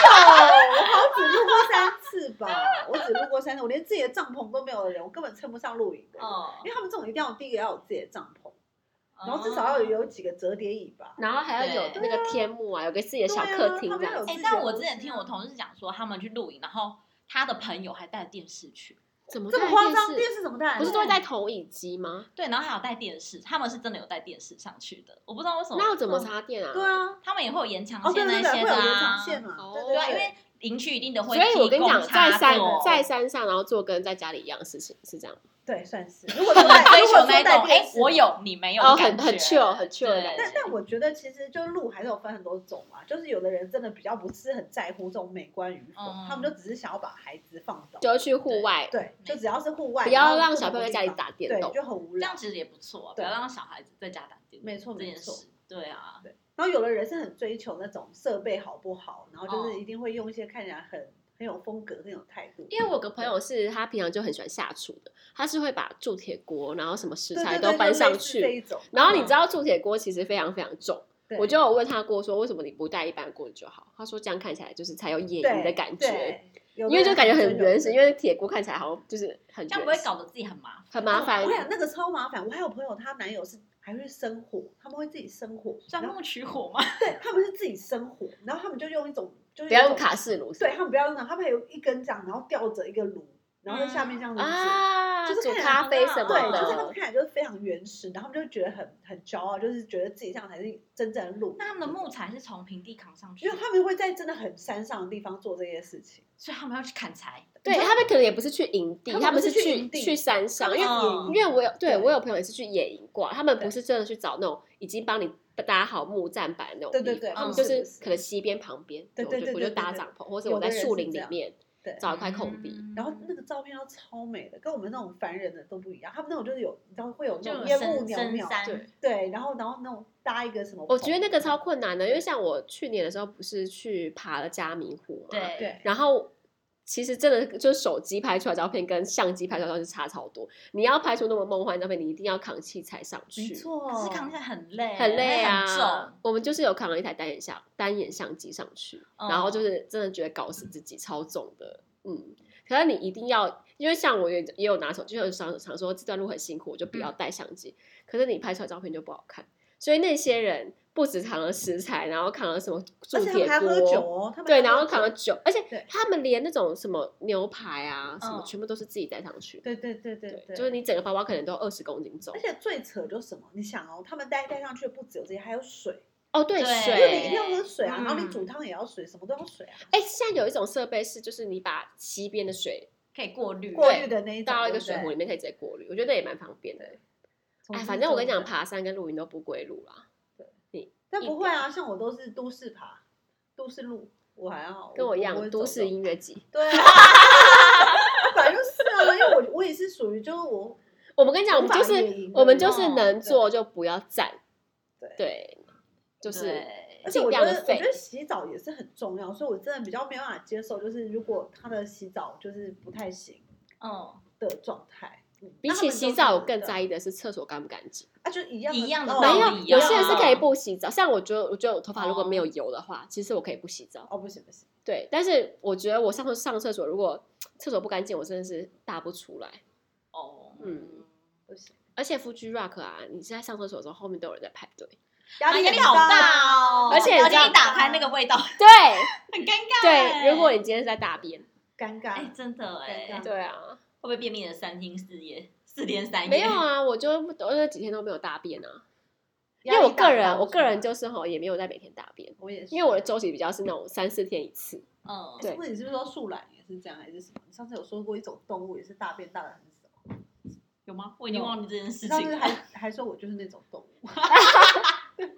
[SPEAKER 3] 我好像只录过三次吧，我只录过三次，我连自己的帐篷都没有的人，我根本称不上露营的人，
[SPEAKER 2] 哦，
[SPEAKER 3] 因为他们这种一定要有第一个要有自己的帐篷， 然后至少要
[SPEAKER 1] 嗯
[SPEAKER 2] 哦。
[SPEAKER 3] 有几个折叠椅吧。
[SPEAKER 1] 然后还要有
[SPEAKER 2] 对
[SPEAKER 1] 那个天幕啊，有个自己的小客厅这
[SPEAKER 3] 对啊他们要
[SPEAKER 1] 样
[SPEAKER 3] 有
[SPEAKER 1] 子，
[SPEAKER 2] 哎、
[SPEAKER 3] 自己
[SPEAKER 2] 但
[SPEAKER 3] 的
[SPEAKER 2] 我
[SPEAKER 3] 东
[SPEAKER 2] 之前
[SPEAKER 3] 西
[SPEAKER 2] 听
[SPEAKER 3] 啊
[SPEAKER 2] 我同事讲说，他们去露营，然后他的朋友还带电视去，
[SPEAKER 1] 怎么
[SPEAKER 3] 这
[SPEAKER 1] 带
[SPEAKER 3] 么夸张，
[SPEAKER 1] 电
[SPEAKER 3] 电
[SPEAKER 1] 视？
[SPEAKER 3] 视怎么带？
[SPEAKER 1] 不是都会带投影机吗？
[SPEAKER 2] 对，然后还有带电视，他们是真的有带电视上去的，我不知道为什么。嗯
[SPEAKER 1] 那要怎么插电啊？
[SPEAKER 3] 对啊，
[SPEAKER 2] 他们也会有延长
[SPEAKER 3] 哦对
[SPEAKER 2] 线那
[SPEAKER 3] 对
[SPEAKER 2] 一
[SPEAKER 3] 对，
[SPEAKER 2] 些
[SPEAKER 3] 会有
[SPEAKER 2] 的
[SPEAKER 3] 延
[SPEAKER 2] 啊，
[SPEAKER 3] 长线嘛，
[SPEAKER 1] 哦
[SPEAKER 3] 对对
[SPEAKER 2] 对啊，
[SPEAKER 3] 对
[SPEAKER 2] 因为营区一定的
[SPEAKER 1] 所
[SPEAKER 2] 会提供插
[SPEAKER 1] 以
[SPEAKER 2] 座，
[SPEAKER 1] 我跟你讲，在山
[SPEAKER 3] 座
[SPEAKER 1] 在山上，然后做跟在家里一样的事情是这样。
[SPEAKER 3] 对算是。如 果说带
[SPEAKER 2] 追
[SPEAKER 3] 如
[SPEAKER 2] 求
[SPEAKER 3] 果
[SPEAKER 2] 那
[SPEAKER 3] 说带
[SPEAKER 2] 种哎、
[SPEAKER 3] 电视，
[SPEAKER 2] 我。有你没有
[SPEAKER 1] 哦
[SPEAKER 2] 的
[SPEAKER 1] 很
[SPEAKER 2] 感觉，
[SPEAKER 1] 很 chill，很 chill 的感
[SPEAKER 3] 但
[SPEAKER 1] 觉
[SPEAKER 3] 但我觉得其实就路还是有分很多种嘛，就是有的人真的比较不是很在乎这种美观与否，
[SPEAKER 2] 嗯
[SPEAKER 3] 他们就只是想要把孩子放倒，
[SPEAKER 1] 就去户外，
[SPEAKER 3] 对，就只要是户外，
[SPEAKER 1] 不
[SPEAKER 3] 然
[SPEAKER 1] 要
[SPEAKER 3] 后
[SPEAKER 1] 让
[SPEAKER 3] 各
[SPEAKER 1] 小
[SPEAKER 3] 种
[SPEAKER 1] 朋友在
[SPEAKER 3] 地
[SPEAKER 1] 家里
[SPEAKER 3] 方
[SPEAKER 1] 打电
[SPEAKER 3] 对，
[SPEAKER 1] 动。
[SPEAKER 3] 就很无
[SPEAKER 2] 这
[SPEAKER 3] 聊
[SPEAKER 2] 样。其实也不错，不
[SPEAKER 3] 对
[SPEAKER 2] 要让小孩子在家打电
[SPEAKER 3] 没错
[SPEAKER 2] 这件
[SPEAKER 3] 没错
[SPEAKER 2] 事，对啊，
[SPEAKER 3] 对，然后有的人是很追求那种设备好不好，然后就
[SPEAKER 2] 哦
[SPEAKER 3] 是一定会用一些看起来很很有风格、很有态度。
[SPEAKER 1] 因为我有个朋友是他平常就很喜欢下厨的，他是会把铸铁锅，然后什么食
[SPEAKER 3] 对
[SPEAKER 1] 材
[SPEAKER 3] 对
[SPEAKER 1] 都
[SPEAKER 3] 对，
[SPEAKER 1] 搬
[SPEAKER 3] 就类
[SPEAKER 1] 上
[SPEAKER 3] 似这
[SPEAKER 1] 去。
[SPEAKER 3] 一种，嗯
[SPEAKER 1] 然后你知道铸铁锅其实非常非常重，
[SPEAKER 3] 对
[SPEAKER 1] 我就有问他过说为什么你不带一般锅就好？他说这样看起来就是才有野营的感觉，，因为就感觉很原始，因
[SPEAKER 3] 为
[SPEAKER 1] 为铁锅看起来好像就是很
[SPEAKER 2] 这样不会
[SPEAKER 1] 原始，
[SPEAKER 2] 搞得自己很麻烦。
[SPEAKER 1] 很麻
[SPEAKER 3] 我
[SPEAKER 1] 烦
[SPEAKER 3] 跟。你讲那个超麻烦。我还有朋友，她男友是还会生火，他们会自己生火，
[SPEAKER 2] 钻
[SPEAKER 3] 然后
[SPEAKER 2] 木取火嘛，
[SPEAKER 3] 对他们是自己生火，然后他们就用一种就是
[SPEAKER 1] 不要用
[SPEAKER 3] 一种
[SPEAKER 1] 卡式炉，
[SPEAKER 3] 对他们不要用那，他们还有一根这样，然后吊着一个炉，然后在下面这样子煮。
[SPEAKER 1] 啊，
[SPEAKER 3] 就是
[SPEAKER 1] 煮
[SPEAKER 3] 看起来
[SPEAKER 1] 咖啡什
[SPEAKER 3] 对，
[SPEAKER 1] 么
[SPEAKER 2] 嗯
[SPEAKER 3] 就是他们
[SPEAKER 1] 的，
[SPEAKER 3] 看起来就是非常原始，然后他们就觉得很很骄傲，就是觉得自己这样才是真正的路。
[SPEAKER 2] 那他们的木材是从平地扛上去
[SPEAKER 3] 因
[SPEAKER 2] 的
[SPEAKER 3] 为，他们会在真的很山上的地方做这些事情，
[SPEAKER 2] 所以他们要去砍柴。
[SPEAKER 1] 对他们可能也不是去营地，
[SPEAKER 3] 他们
[SPEAKER 1] 他们
[SPEAKER 3] 不
[SPEAKER 1] 是
[SPEAKER 3] 是去
[SPEAKER 1] 去
[SPEAKER 3] 营地哦
[SPEAKER 1] 去山上，因为
[SPEAKER 2] 嗯
[SPEAKER 1] 因为我有对
[SPEAKER 3] 对
[SPEAKER 1] 我有朋友也是去野营过啊，他们不
[SPEAKER 3] 对
[SPEAKER 1] 是真的去找那种已经帮你搭好木栈板那种地方，
[SPEAKER 3] 对对对，
[SPEAKER 1] 他
[SPEAKER 3] 他
[SPEAKER 1] 们
[SPEAKER 3] 们
[SPEAKER 1] 嗯就是是可能溪边旁边，
[SPEAKER 3] 对
[SPEAKER 1] 我
[SPEAKER 3] 对
[SPEAKER 1] 就
[SPEAKER 3] 对
[SPEAKER 1] 我
[SPEAKER 3] 对
[SPEAKER 1] 就
[SPEAKER 3] 对
[SPEAKER 1] 搭
[SPEAKER 3] 对
[SPEAKER 1] 帐篷，或者
[SPEAKER 3] 有
[SPEAKER 1] 我在
[SPEAKER 3] 的人
[SPEAKER 1] 树
[SPEAKER 3] 是
[SPEAKER 1] 林
[SPEAKER 3] 这
[SPEAKER 1] 里
[SPEAKER 3] 样
[SPEAKER 1] 面
[SPEAKER 3] 对
[SPEAKER 1] 找一块空地，
[SPEAKER 2] 嗯
[SPEAKER 3] 然后那个照片要超美的，跟我们那种凡人的都不一样。他们那种就是有，你知道会有
[SPEAKER 2] 就
[SPEAKER 3] 那
[SPEAKER 2] 有
[SPEAKER 3] 种烟雾
[SPEAKER 2] 深
[SPEAKER 3] 袅
[SPEAKER 2] 深
[SPEAKER 3] 袅，
[SPEAKER 2] 山，
[SPEAKER 1] 对
[SPEAKER 3] 对，然后然后那种搭一个什么棚，
[SPEAKER 1] 我
[SPEAKER 2] 哦
[SPEAKER 1] 觉得那个超困难的，因为像我去年的时候不是去爬了嘉明湖嘛，，
[SPEAKER 2] 对
[SPEAKER 3] 对
[SPEAKER 1] 然后其实真的就是手机拍出来的照片跟相机拍出来的照片是差超多。你要拍出那么梦幻的照片，你一定要扛器材上去，
[SPEAKER 3] 没错，
[SPEAKER 2] 可是扛起来很累，
[SPEAKER 1] 很累
[SPEAKER 2] 很
[SPEAKER 1] 啊
[SPEAKER 2] 重。。
[SPEAKER 1] 我们就是有扛了一台单眼相单眼相机上去，
[SPEAKER 2] 嗯
[SPEAKER 1] 然后就是真的觉得搞死自己，超重的。嗯，可是你一定要，因为像我也也有拿手，就有想想说这段路很辛苦，我就不
[SPEAKER 3] 嗯
[SPEAKER 1] 要带相机。可是你拍出来照片就不好看，所以那些人不止扛了食材，然后扛了什么
[SPEAKER 3] 而
[SPEAKER 1] 铸
[SPEAKER 3] 且他
[SPEAKER 1] 铁
[SPEAKER 3] 们还喝酒
[SPEAKER 1] 锅。
[SPEAKER 3] 哦，他们
[SPEAKER 1] 对，
[SPEAKER 3] 还
[SPEAKER 1] 然后
[SPEAKER 3] 喝酒
[SPEAKER 1] 扛了酒，而且
[SPEAKER 3] 对
[SPEAKER 1] 他们连那种什么牛排啊，什么
[SPEAKER 2] 嗯
[SPEAKER 1] 全部都是自己带上去。
[SPEAKER 3] 对对对对对，
[SPEAKER 1] 就是你整个包包可能都二十公斤重
[SPEAKER 3] 而。且最扯就是什么？你想哦，他们带带上去的不只有这些，还有水，
[SPEAKER 1] 哦，对，
[SPEAKER 2] 对
[SPEAKER 3] 因为
[SPEAKER 1] 水
[SPEAKER 3] 你一定要喝水啊，
[SPEAKER 2] 嗯
[SPEAKER 3] 然后你煮汤也要水，什么都要水啊，
[SPEAKER 1] 哎、现在有一种设备是，就是你把溪边的水
[SPEAKER 2] 可以过滤，
[SPEAKER 3] 过
[SPEAKER 1] 对
[SPEAKER 3] 滤的那一种，
[SPEAKER 1] 倒到一
[SPEAKER 3] 对
[SPEAKER 1] 个
[SPEAKER 3] 不
[SPEAKER 1] 水
[SPEAKER 3] 对
[SPEAKER 1] 壶里面，可以直接过滤，我觉得那也蛮方便的
[SPEAKER 3] 对。哦
[SPEAKER 1] 哎，反正我跟你讲，，
[SPEAKER 3] 总之就是
[SPEAKER 1] 爬山跟露营都不归路啦，
[SPEAKER 3] 但不会啊，像我都是都市爬，都市路，哦我还好，
[SPEAKER 1] 跟我一
[SPEAKER 3] 不
[SPEAKER 1] 样，
[SPEAKER 3] 会
[SPEAKER 1] 都
[SPEAKER 3] 走
[SPEAKER 1] 市
[SPEAKER 3] 的
[SPEAKER 1] 音乐季。
[SPEAKER 3] 对啊，本来就是啊，因为我我也是属于就是我，
[SPEAKER 1] 我们跟你讲，我们就
[SPEAKER 3] 无法野
[SPEAKER 1] 是
[SPEAKER 3] 营的
[SPEAKER 1] 我们就是
[SPEAKER 2] 那种
[SPEAKER 1] 能
[SPEAKER 3] 对
[SPEAKER 1] 做就不要站，
[SPEAKER 3] 对
[SPEAKER 1] 对，就是
[SPEAKER 2] 对
[SPEAKER 3] 而且
[SPEAKER 1] 尽
[SPEAKER 3] 我觉
[SPEAKER 1] 量
[SPEAKER 3] 得
[SPEAKER 1] 地
[SPEAKER 3] 我觉
[SPEAKER 1] 废
[SPEAKER 3] 得洗澡也是很重要，所以我真的比较没有办法接受，就是如果他的洗澡就是不太行
[SPEAKER 2] 嗯，
[SPEAKER 3] 的状态。嗯
[SPEAKER 1] 比
[SPEAKER 3] 那他
[SPEAKER 1] 起
[SPEAKER 3] 们都
[SPEAKER 1] 洗
[SPEAKER 3] 是
[SPEAKER 1] 澡，我
[SPEAKER 3] 真
[SPEAKER 1] 更
[SPEAKER 3] 的
[SPEAKER 1] 在意的是厕所干不干净。
[SPEAKER 3] 啊，就一样
[SPEAKER 2] 一样的
[SPEAKER 3] 道
[SPEAKER 2] 道
[SPEAKER 1] 没有，
[SPEAKER 3] 理
[SPEAKER 2] 理
[SPEAKER 1] 有
[SPEAKER 2] 啊
[SPEAKER 1] 些人是可以不洗澡，像我觉得，我觉得我头发如果
[SPEAKER 2] 哦
[SPEAKER 1] 没有油的话，其实我可以不洗澡。
[SPEAKER 3] 哦，不行不行，
[SPEAKER 1] 对，但是我觉得我上次上厕所，如果厕所不干净，我真的是大不出来。
[SPEAKER 2] 哦，
[SPEAKER 1] 嗯
[SPEAKER 2] 嗯，
[SPEAKER 3] 不行，
[SPEAKER 1] 而且 Fuji Rock 啊，你是在上厕所的时候，后面都有人在排队。
[SPEAKER 3] 压力
[SPEAKER 2] 压
[SPEAKER 3] 很
[SPEAKER 2] 力好大
[SPEAKER 3] 啊
[SPEAKER 2] 哦，
[SPEAKER 1] 而且
[SPEAKER 2] 而
[SPEAKER 1] 这
[SPEAKER 2] 且
[SPEAKER 1] 样
[SPEAKER 2] 一打开那个味道
[SPEAKER 1] 对
[SPEAKER 2] 很尴尬欸。
[SPEAKER 1] 对，如果你今天是在大便，
[SPEAKER 3] 尴
[SPEAKER 2] 哎
[SPEAKER 3] 尬，
[SPEAKER 2] 真的哎，
[SPEAKER 3] 尴尬
[SPEAKER 2] 会
[SPEAKER 1] 对啊，
[SPEAKER 2] 不会便秘了三天四夜，四天三夜？
[SPEAKER 1] 没有，啊，我就不我这几天都没有大便啊，因
[SPEAKER 3] 压
[SPEAKER 1] 为
[SPEAKER 3] 力
[SPEAKER 1] 我
[SPEAKER 3] 大
[SPEAKER 1] 个人
[SPEAKER 3] 到
[SPEAKER 1] 我
[SPEAKER 3] 是
[SPEAKER 1] 个人
[SPEAKER 3] 吧
[SPEAKER 1] 就是吼也没有在每天大便，
[SPEAKER 3] 我也是，
[SPEAKER 1] 因为我的周期比较是那种三四天一 次。
[SPEAKER 2] 嗯，
[SPEAKER 1] 对
[SPEAKER 3] 或者你是不是说树懒也是这样，还是什么？你上次有说过一种动物也是大便大的很少，
[SPEAKER 2] 有吗？我已经忘记这件事
[SPEAKER 3] 你上
[SPEAKER 2] 情
[SPEAKER 3] 次
[SPEAKER 1] 啊
[SPEAKER 2] 了，
[SPEAKER 3] 还还说我就是那种动物，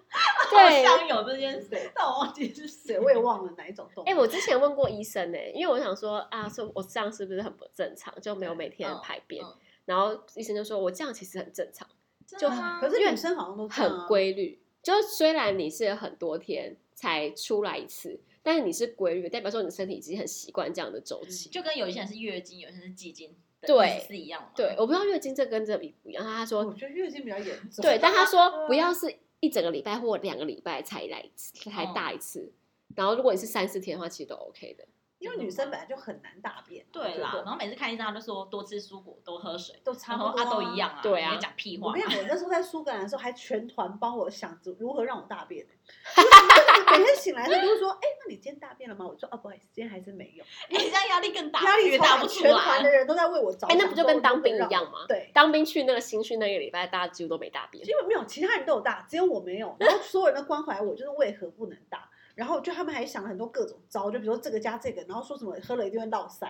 [SPEAKER 2] 好
[SPEAKER 1] 对，
[SPEAKER 2] 像有这件事，
[SPEAKER 3] 对
[SPEAKER 2] 但我忘记是谁
[SPEAKER 3] 对，。我也忘了哪一种动 物。
[SPEAKER 1] 哎、我之前问过医生呢、因为我想说啊，说我这样是不是很不正常，就没有每天
[SPEAKER 2] 嗯
[SPEAKER 1] 排便。
[SPEAKER 2] 嗯
[SPEAKER 1] 然后医生就说我这样其实很正常，就
[SPEAKER 2] 真的吗
[SPEAKER 3] 可
[SPEAKER 1] 因为嗯
[SPEAKER 3] 是女生好像都这样啊
[SPEAKER 1] 很，规律。就是虽然你是很多天才出来一次，但是你是规律，代表说你的身体已经很习惯这样的周期。
[SPEAKER 2] 就跟有一些人是月经，有一些人是季经，
[SPEAKER 1] 对
[SPEAKER 2] 是一样的嘛。
[SPEAKER 1] 对，我不知道月经这跟这里不一样，他说
[SPEAKER 3] 我觉得月经比较严重。
[SPEAKER 1] 对，但
[SPEAKER 2] 啊
[SPEAKER 1] 他说
[SPEAKER 2] 嗯
[SPEAKER 1] 不要是一整个礼拜或两个礼拜才来一次，才
[SPEAKER 2] 嗯
[SPEAKER 1] 大一次。然后如果你是三四天的话，其实都 OK 的。
[SPEAKER 3] 因为女生本来就很难大便。
[SPEAKER 2] 对
[SPEAKER 3] 我
[SPEAKER 2] 啦
[SPEAKER 3] 觉，得
[SPEAKER 2] 然后每次看医生，他就说多吃蔬果，多喝水，
[SPEAKER 3] 都差
[SPEAKER 2] 然
[SPEAKER 3] 不
[SPEAKER 2] 后
[SPEAKER 3] 多
[SPEAKER 2] 啊都一。样啊，
[SPEAKER 1] 对啊
[SPEAKER 2] 你在讲屁
[SPEAKER 3] 我
[SPEAKER 2] 话
[SPEAKER 3] 跟
[SPEAKER 2] 嘛
[SPEAKER 3] 你。讲，我那时候在苏格兰的时候，还全团帮我想着如何让我大 便、欸。每天醒来的时候都说：“哎、那你今天大便了吗？”我说：“哦，不好意思，今天还是没有。
[SPEAKER 2] 你哎这样压力更大，
[SPEAKER 3] 压力
[SPEAKER 2] 越
[SPEAKER 3] 超
[SPEAKER 2] 大
[SPEAKER 3] 大，
[SPEAKER 2] 不出
[SPEAKER 3] 全团的
[SPEAKER 2] 来。
[SPEAKER 3] 人都在为我着想。
[SPEAKER 1] 哎，那不就
[SPEAKER 3] 说我
[SPEAKER 1] 跟当
[SPEAKER 3] 能不
[SPEAKER 1] 兵
[SPEAKER 3] 能
[SPEAKER 1] 一
[SPEAKER 3] 让
[SPEAKER 1] 样吗？
[SPEAKER 3] 对，
[SPEAKER 1] 当兵去那个新训那个礼拜，大家几乎都没大 便。
[SPEAKER 3] 因为没有其他人都有大，只有我没有。然后所有人都关怀我，就是为何不能大。然后就他们还想了很多各种招，就比如说这个加这个，然后说什么喝了一定会落腮。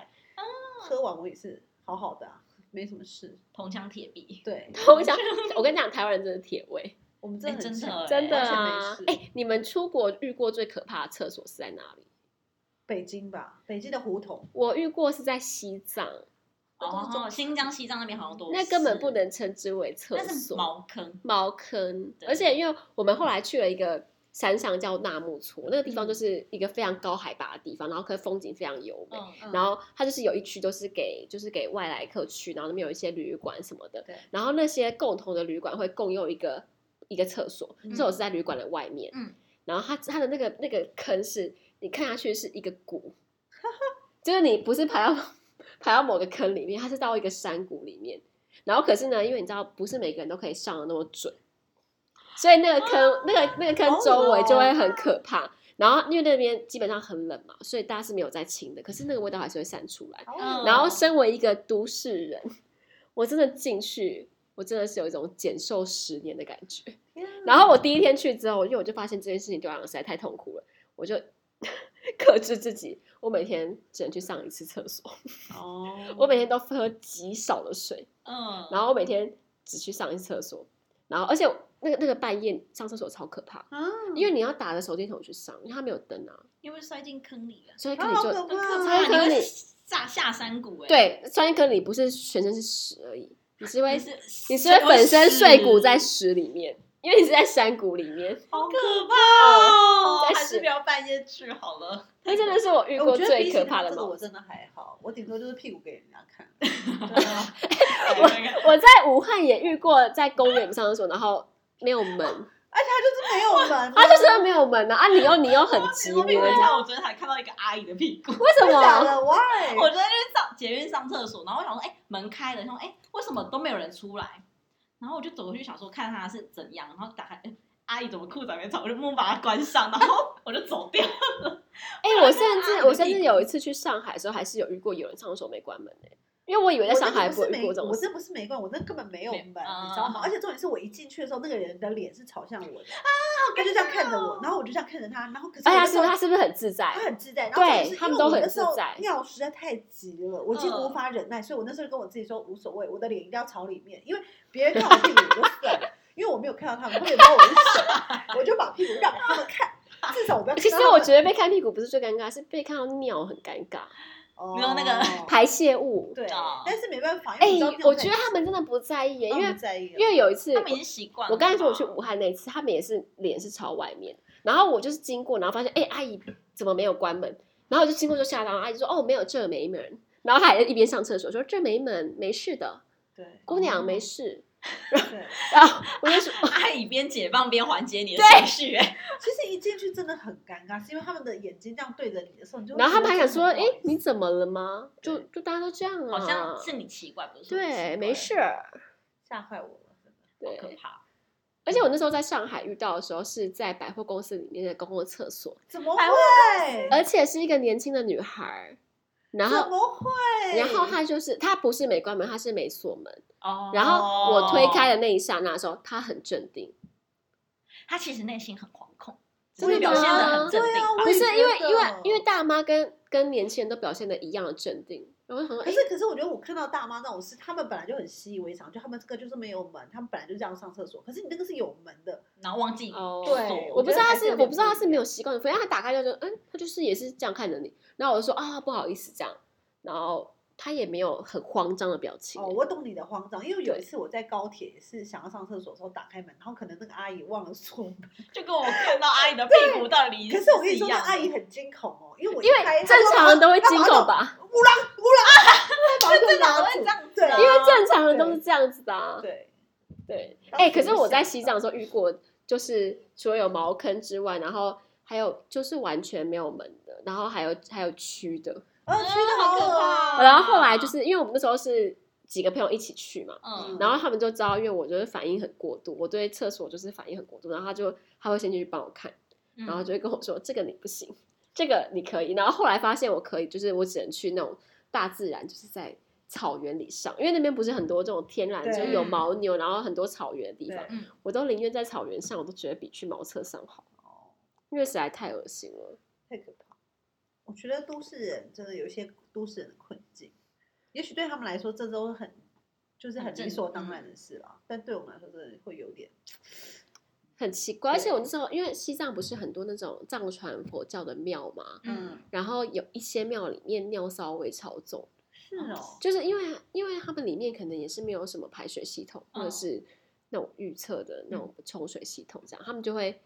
[SPEAKER 3] 喝完我也是好好的、啊，没什么事。
[SPEAKER 2] 铜墙铁壁，
[SPEAKER 3] 对，
[SPEAKER 1] 我想，我跟你讲，台湾人真的铁胃，
[SPEAKER 3] 我们 真的
[SPEAKER 2] 哎
[SPEAKER 3] 很
[SPEAKER 2] 真的
[SPEAKER 3] 强
[SPEAKER 2] 哎
[SPEAKER 1] 真的
[SPEAKER 3] 完全
[SPEAKER 1] 啊
[SPEAKER 3] 没事！
[SPEAKER 1] 哎、你们出国遇过最可怕的厕所是在哪里？
[SPEAKER 3] 北京吧，北京的胡同。
[SPEAKER 1] 我遇过是在西藏，
[SPEAKER 3] 那都是
[SPEAKER 2] 哦，
[SPEAKER 3] 中
[SPEAKER 2] 新疆、西藏那边好像都
[SPEAKER 1] 那根本
[SPEAKER 2] 是
[SPEAKER 1] 不，能称之为厕
[SPEAKER 2] 那是
[SPEAKER 1] 所，
[SPEAKER 2] 茅坑。
[SPEAKER 1] 茅坑。
[SPEAKER 2] 对
[SPEAKER 1] 而且因为我们后来去了一个山上叫纳木错，那个地
[SPEAKER 2] 嗯
[SPEAKER 1] 方就是一个非常高海拔的地方，然后可是风景非常优美。
[SPEAKER 2] 嗯，
[SPEAKER 1] 然后它就是有一区都是给就是给外来客去，然后那边有一些旅馆什么的
[SPEAKER 3] 对，
[SPEAKER 1] 然后那些共同的旅馆会共用一个一个厕所，
[SPEAKER 2] 嗯
[SPEAKER 1] 厕所是在旅馆的外面，
[SPEAKER 2] 嗯，
[SPEAKER 1] 然后它它的那个那个坑是你看下去是一个谷， 就是你不是爬到爬到某个坑里面，它是到一个山谷里面，然后可是呢，因为你知道不是每个人都可以上的那么准，所以那个坑、那个那个坑周围就
[SPEAKER 2] 哦
[SPEAKER 1] 会很可怕。然后因为那边基本上很冷嘛，所以大家是没有在清的，可是那个味道还是会散出来。
[SPEAKER 2] 嗯
[SPEAKER 1] 然后身为一个都市人，我真的进去，我真的是有一种减寿十年的感觉。
[SPEAKER 3] 啊
[SPEAKER 1] 然后我第一天去之后，因为我就发现这件事情对我来讲实在太痛苦了，我就 克制自己，我每天只能去上一次厕所，
[SPEAKER 3] 哦
[SPEAKER 1] 我每天都喝极少的水，
[SPEAKER 2] 嗯，
[SPEAKER 1] 然后我每天只去上一次厕所，然后而且那个那个半夜上厕所超可怕，
[SPEAKER 3] 啊，
[SPEAKER 1] 因为你要打着手电筒去上，因为它没有灯啊，
[SPEAKER 2] 因为摔进坑里了，
[SPEAKER 1] 所以可能
[SPEAKER 3] 好
[SPEAKER 1] 就、
[SPEAKER 3] 可
[SPEAKER 2] 很
[SPEAKER 3] 怕啊
[SPEAKER 2] 可
[SPEAKER 1] 所以
[SPEAKER 2] 怕，
[SPEAKER 1] 可能
[SPEAKER 2] 你
[SPEAKER 1] 你
[SPEAKER 2] 会下下山谷哎。，
[SPEAKER 1] 对，酸一颗你不是全身是屎而已，你是会
[SPEAKER 2] 你
[SPEAKER 3] 嗯
[SPEAKER 2] 是
[SPEAKER 1] 你是会粉身碎骨在哦屎里面，因为你是在山谷里面。
[SPEAKER 3] 好
[SPEAKER 2] 可怕哦，
[SPEAKER 1] 在
[SPEAKER 2] 还
[SPEAKER 1] 是
[SPEAKER 2] 是不要半夜去好了。
[SPEAKER 1] 那真的是我遇过
[SPEAKER 3] 我觉得比
[SPEAKER 1] 最
[SPEAKER 3] 起
[SPEAKER 1] 可
[SPEAKER 3] 他
[SPEAKER 1] 怕的
[SPEAKER 3] 这个
[SPEAKER 1] 猫
[SPEAKER 3] 我。真的还好，我顶多就是屁股给人家看。对 啊
[SPEAKER 2] 我
[SPEAKER 1] 我在武汉也遇过，在公园上厕所，然后没有门，
[SPEAKER 3] 而且他就是没有门
[SPEAKER 1] 啊，就真的没有门啊！啊，你又你又很急，
[SPEAKER 2] 我
[SPEAKER 1] 你
[SPEAKER 2] 屁
[SPEAKER 1] 又
[SPEAKER 2] 股
[SPEAKER 1] 这样
[SPEAKER 2] 上，我昨天还看到一个阿姨的屁股。
[SPEAKER 1] 为什
[SPEAKER 3] 真的假
[SPEAKER 1] 么？
[SPEAKER 3] 的？Why？
[SPEAKER 2] 我昨天去上捷运上厕所，然后我想说，哎、门开了，然后哎、为什么都没有人出来？然后我就走过去想说，看她是怎样，然后打开，哎阿姨怎么裤子还没穿？我就默默把它关上，然后我就走掉。
[SPEAKER 1] 哎、我甚至
[SPEAKER 2] 啊
[SPEAKER 1] 我甚至有一次去上海的时候，还是有遇过有人上厕所没关门呢、因为我以为在
[SPEAKER 3] 我
[SPEAKER 1] 上
[SPEAKER 3] 那
[SPEAKER 1] 海
[SPEAKER 3] 个
[SPEAKER 1] 不会
[SPEAKER 3] 是
[SPEAKER 1] 遇
[SPEAKER 3] 没，
[SPEAKER 1] 过这种
[SPEAKER 3] 我
[SPEAKER 1] 事。
[SPEAKER 3] 这不是没关，我那根本没有
[SPEAKER 2] 没
[SPEAKER 3] 门，你知道
[SPEAKER 2] 啊？
[SPEAKER 3] 吗而且重点是我一进去的时候，那个人的脸是朝向我的，他就这样看着我，然后我就这样看着他，然后可是我
[SPEAKER 1] 哎呀，
[SPEAKER 3] 那
[SPEAKER 1] 是
[SPEAKER 3] 时
[SPEAKER 1] 不
[SPEAKER 3] 候
[SPEAKER 1] 是他是不是很自在
[SPEAKER 3] 他？很自在，然后重点是
[SPEAKER 1] 对
[SPEAKER 3] 因为
[SPEAKER 1] 他们都
[SPEAKER 3] 我
[SPEAKER 1] 很
[SPEAKER 3] 那时候
[SPEAKER 1] 自在
[SPEAKER 3] 尿实在太急了，我几乎
[SPEAKER 2] 嗯
[SPEAKER 3] 无法忍耐，所以我那时候跟我自己说无所谓，我的脸一定要朝里面，因为别人看我屁股我就算了，因为我没有看到他们，他们也不知道我是谁，我就把屁股让给他们看，至少我不要看到他们。
[SPEAKER 1] 其实我觉得被看屁股不是最尴尬，是被看到尿很尴尬，
[SPEAKER 3] 哦
[SPEAKER 2] 没有那个
[SPEAKER 1] 排泄物。
[SPEAKER 3] 对
[SPEAKER 2] 哦，
[SPEAKER 3] 但是没办法，因
[SPEAKER 1] 哎、
[SPEAKER 3] 为你知道这种
[SPEAKER 1] 我觉得他们真的不在意耶，因
[SPEAKER 3] 太
[SPEAKER 1] 为
[SPEAKER 3] 不在意了
[SPEAKER 1] 因为有一次
[SPEAKER 2] 嗯他们已经习惯了吧。
[SPEAKER 1] 我刚才说我去武汉那一次，他们也是脸是朝外面，然后我就是经过，然后发现哎、阿姨怎么没有关门？然后我就经过就吓到，阿姨说哦没有这没门，然后她还在一边上厕所说这没门没事的，
[SPEAKER 3] 对
[SPEAKER 1] 姑娘
[SPEAKER 2] 哦
[SPEAKER 1] 没事。
[SPEAKER 3] 对，
[SPEAKER 1] 然后我就 说
[SPEAKER 2] 阿姨边解放边缓解你的
[SPEAKER 1] 对
[SPEAKER 2] 情绪，哎，
[SPEAKER 3] 其实一进去真的很尴尬，是因为他们的眼睛这样对着你的时候，你就 会
[SPEAKER 1] 然后他们还
[SPEAKER 3] 觉得
[SPEAKER 1] 想说
[SPEAKER 3] 真
[SPEAKER 1] 哎、
[SPEAKER 3] 的很不好意思
[SPEAKER 1] 你怎么了吗？就就大家都这样啊，
[SPEAKER 2] 哦好像是你奇怪，不是说你奇怪
[SPEAKER 1] 对没，事儿，
[SPEAKER 3] 吓坏我了，真的。
[SPEAKER 2] 好可
[SPEAKER 1] 对。
[SPEAKER 2] 怕。
[SPEAKER 1] 而且我那时候在上海遇到的时候，是在百货公司里面的公共厕所，
[SPEAKER 3] 怎么
[SPEAKER 2] 百
[SPEAKER 3] 会？
[SPEAKER 1] 而且是一个年轻的女孩儿，呃然
[SPEAKER 3] 怎
[SPEAKER 1] 后
[SPEAKER 3] 么会？
[SPEAKER 1] 然后她就是她不是没关门，她是没锁门。
[SPEAKER 2] 哦
[SPEAKER 1] 然后我推开，的那一刹那的时候，她很镇定，
[SPEAKER 2] 他其实内心很惶恐，只
[SPEAKER 1] 真的
[SPEAKER 2] 是表现的
[SPEAKER 1] 吗
[SPEAKER 2] 很镇
[SPEAKER 3] 对
[SPEAKER 2] 定
[SPEAKER 3] 啊
[SPEAKER 2] 吧。
[SPEAKER 3] 我
[SPEAKER 1] 不
[SPEAKER 3] 也
[SPEAKER 1] 是
[SPEAKER 3] 觉
[SPEAKER 1] 因为因为
[SPEAKER 3] 得
[SPEAKER 1] 因为大妈跟跟年轻人都表现的一样的镇定，然后我想说，
[SPEAKER 3] 可
[SPEAKER 1] 哎，
[SPEAKER 3] 是可是我觉得我看到大妈那种事，他们本来就很习以为常，就他们这个就是没有门，他们本来就这样上厕所。可是你那个是有门的，
[SPEAKER 2] 然后忘记
[SPEAKER 1] 哦
[SPEAKER 2] 锁
[SPEAKER 3] 对
[SPEAKER 1] 我
[SPEAKER 3] 我
[SPEAKER 1] 不知
[SPEAKER 3] 觉得
[SPEAKER 1] 道她
[SPEAKER 3] 还是
[SPEAKER 1] 是
[SPEAKER 3] 有
[SPEAKER 1] 我
[SPEAKER 3] 点
[SPEAKER 1] 不知道她
[SPEAKER 3] 不一
[SPEAKER 1] 是没有习惯的，反正她打开就说，嗯，她就是也是这样看着你，然后我就说啊不好意思这样，然后。他也没有很慌张的表情
[SPEAKER 3] 哦，
[SPEAKER 1] 欸。
[SPEAKER 3] 我懂你的慌张，因为有一
[SPEAKER 1] 对
[SPEAKER 3] 次我在高铁也是想要上厕所的时候打开门，然后可能那个阿姨忘了锁门，
[SPEAKER 2] 就跟我看到阿姨的屁股到底
[SPEAKER 3] 可是我跟你说，
[SPEAKER 2] 一
[SPEAKER 3] 那
[SPEAKER 2] 样
[SPEAKER 3] 阿姨很惊恐哦，因为我一
[SPEAKER 1] 因
[SPEAKER 3] 开
[SPEAKER 1] 为
[SPEAKER 3] 她
[SPEAKER 1] 正
[SPEAKER 3] 就
[SPEAKER 1] 常人都会
[SPEAKER 3] 她
[SPEAKER 1] 惊
[SPEAKER 3] 马上
[SPEAKER 1] 恐吧，
[SPEAKER 3] 她马上就
[SPEAKER 2] 常
[SPEAKER 3] 拉
[SPEAKER 2] 都会
[SPEAKER 3] 住
[SPEAKER 2] 这样子
[SPEAKER 3] 对
[SPEAKER 2] 啊
[SPEAKER 1] 因为正常人都
[SPEAKER 3] 对
[SPEAKER 1] 是这样子的、啊。
[SPEAKER 3] 对，
[SPEAKER 1] 对，
[SPEAKER 3] 当
[SPEAKER 1] 哎、
[SPEAKER 3] 时
[SPEAKER 1] 可是
[SPEAKER 3] 就
[SPEAKER 1] 我在
[SPEAKER 3] 吓
[SPEAKER 1] 洗
[SPEAKER 3] 到
[SPEAKER 1] 澡的时候遇过，就是除了有茅坑之外，然后还有就是完全没有门的，然后还有还有蛆的。
[SPEAKER 3] 啊，
[SPEAKER 2] 嗯
[SPEAKER 3] 去的好
[SPEAKER 2] 好可
[SPEAKER 3] 恶
[SPEAKER 2] 怕
[SPEAKER 3] 啊
[SPEAKER 2] 哦
[SPEAKER 1] 然后后来就是因为我们那时候是几个朋友一起去嘛，
[SPEAKER 2] 嗯，
[SPEAKER 1] 然后他们就知道，因为我就是反应很过度，我对厕所就是反应很过度，然后他就他会先进去帮我看，
[SPEAKER 2] 嗯
[SPEAKER 1] 然后就会跟我说、这个你不行，这个你可以。然后后来发现我可以，就是我只能去那种大自然，就是在草原里上，因为那边不是很多这种天然，
[SPEAKER 3] 对
[SPEAKER 1] 就是有牦牛，然后很多草原的地方
[SPEAKER 3] 对，
[SPEAKER 2] 嗯
[SPEAKER 1] 我都宁愿在草原上，我都觉得比去茅厕上好，因为实在太恶心了。
[SPEAKER 3] 太可怕。我觉得都市人真的有一些都市人的困境，也许对他们来说这都很就是
[SPEAKER 2] 很
[SPEAKER 3] 很
[SPEAKER 2] 正
[SPEAKER 3] 理所
[SPEAKER 2] 嗯
[SPEAKER 3] 当然的事啦，但对我们来说真的会有点
[SPEAKER 1] 很奇怪，而且
[SPEAKER 3] 对
[SPEAKER 1] 我那时候因为西藏不是很多那种藏传佛教的庙嘛，
[SPEAKER 2] 嗯，
[SPEAKER 1] 然后有一些庙里面尿骚味超重，
[SPEAKER 3] 是哦，
[SPEAKER 1] 就是因为因为他们里面可能也是没有什么排水系统，或者
[SPEAKER 2] 哦
[SPEAKER 1] 是那种预测的那种冲水系统，这样他们就会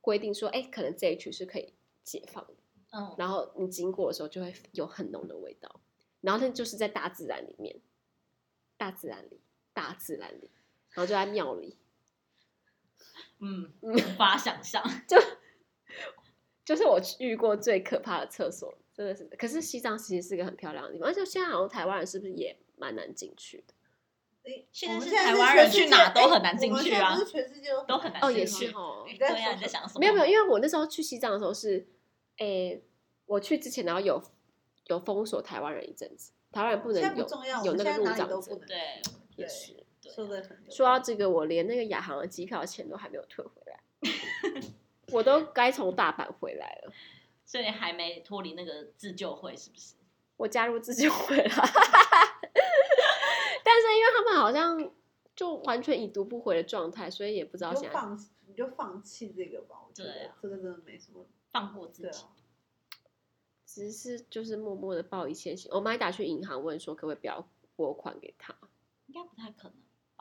[SPEAKER 1] 规定说，哎，可能这一区是可以解放的，
[SPEAKER 2] 嗯
[SPEAKER 1] 然后你经过的时候就会有很浓的味道，然后那就是在大自然里面，大自然里，大自然里，然后就在庙里，
[SPEAKER 2] 嗯，
[SPEAKER 1] 嗯
[SPEAKER 2] 无法想象，
[SPEAKER 1] 就是我遇过最可怕的厕所，真的是。可是西藏其实是个很漂亮的地方，而且现在好像台湾人是不是也蛮难进去的？
[SPEAKER 3] 诶
[SPEAKER 2] 现
[SPEAKER 3] 我
[SPEAKER 2] 在
[SPEAKER 3] 们
[SPEAKER 2] 是
[SPEAKER 3] 现在
[SPEAKER 2] 台
[SPEAKER 3] 是
[SPEAKER 2] 湾
[SPEAKER 3] 全
[SPEAKER 2] 人
[SPEAKER 3] 世
[SPEAKER 2] 去
[SPEAKER 3] 界
[SPEAKER 2] 哪都
[SPEAKER 3] 诶
[SPEAKER 2] 很难
[SPEAKER 3] 我
[SPEAKER 2] 进
[SPEAKER 3] 们
[SPEAKER 2] 去
[SPEAKER 3] 现在
[SPEAKER 2] 啊
[SPEAKER 3] 不是全世界都
[SPEAKER 2] 都很难
[SPEAKER 1] 哦，
[SPEAKER 2] 进去
[SPEAKER 1] 也是哦，
[SPEAKER 3] 你在
[SPEAKER 2] 对呀，
[SPEAKER 3] 说
[SPEAKER 2] 你在想什么？
[SPEAKER 1] 没有没有，
[SPEAKER 3] 哦
[SPEAKER 1] 因为我那时候去西藏的时候是，诶、我去之前然后有有封锁台湾人一阵子，台
[SPEAKER 2] 哦
[SPEAKER 1] 湾人不能
[SPEAKER 3] 现在
[SPEAKER 1] 有
[SPEAKER 3] 不重要，
[SPEAKER 1] 有
[SPEAKER 3] 我
[SPEAKER 1] 那
[SPEAKER 3] 们
[SPEAKER 1] 个
[SPEAKER 3] 现在
[SPEAKER 1] 入
[SPEAKER 3] 哪里
[SPEAKER 1] 藏
[SPEAKER 3] 都不
[SPEAKER 1] 证，
[SPEAKER 3] 能，
[SPEAKER 2] 对，
[SPEAKER 1] 也
[SPEAKER 3] 对
[SPEAKER 1] 是。
[SPEAKER 2] 对
[SPEAKER 3] 说的很有
[SPEAKER 1] 说
[SPEAKER 3] 道
[SPEAKER 1] 到
[SPEAKER 3] 理
[SPEAKER 1] 这个，我连那个亚航的机票钱都还没有退回来，我都该从大阪回来了，
[SPEAKER 2] 所以还没脱离那个自救会，是不是？
[SPEAKER 1] 我加入自救会了，但 是因为他们好像就完全已读不回的状态，所以也不知道
[SPEAKER 3] 你
[SPEAKER 1] 现
[SPEAKER 3] 就
[SPEAKER 1] 在。
[SPEAKER 3] 放你就放弃这个吧，我觉
[SPEAKER 2] 对
[SPEAKER 3] 得
[SPEAKER 2] 啊
[SPEAKER 3] 这个真的没什么，
[SPEAKER 2] 放过自
[SPEAKER 3] 对
[SPEAKER 2] 己
[SPEAKER 3] 啊，。
[SPEAKER 1] 只是就是默默的报一千行，我妈还打去银行问说可不可以不要拨款给她，
[SPEAKER 2] 应该不太 可能。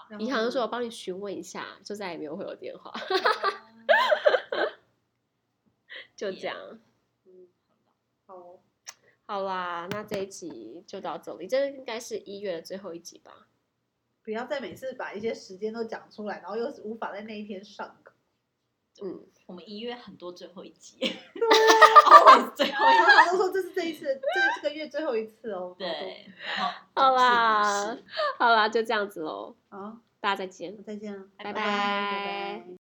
[SPEAKER 3] 然
[SPEAKER 1] 银
[SPEAKER 3] 后
[SPEAKER 1] 行就
[SPEAKER 3] 呢
[SPEAKER 1] 说我帮你询问一下，就再也没有回我电话，就这样。
[SPEAKER 3] 嗯，好哦，
[SPEAKER 1] 好啦，那这一集就到这里，这应该是一月的最后一集吧？
[SPEAKER 3] 不要再每次把一些时间都讲出来，然后又是无法在那一天上课。
[SPEAKER 1] 嗯，
[SPEAKER 2] 我们一月很多最后一集 ，always 最后
[SPEAKER 3] 我
[SPEAKER 2] 一
[SPEAKER 3] 常
[SPEAKER 2] 集。
[SPEAKER 3] 常都说这是这一次，这这个月最后一次哦。
[SPEAKER 2] 对，然后
[SPEAKER 1] 好啦
[SPEAKER 2] 总是不是
[SPEAKER 1] 好啦，就这样子喽，
[SPEAKER 3] 好，
[SPEAKER 1] 大家再见。
[SPEAKER 3] 再见啊，
[SPEAKER 1] 拜拜
[SPEAKER 3] 拜拜。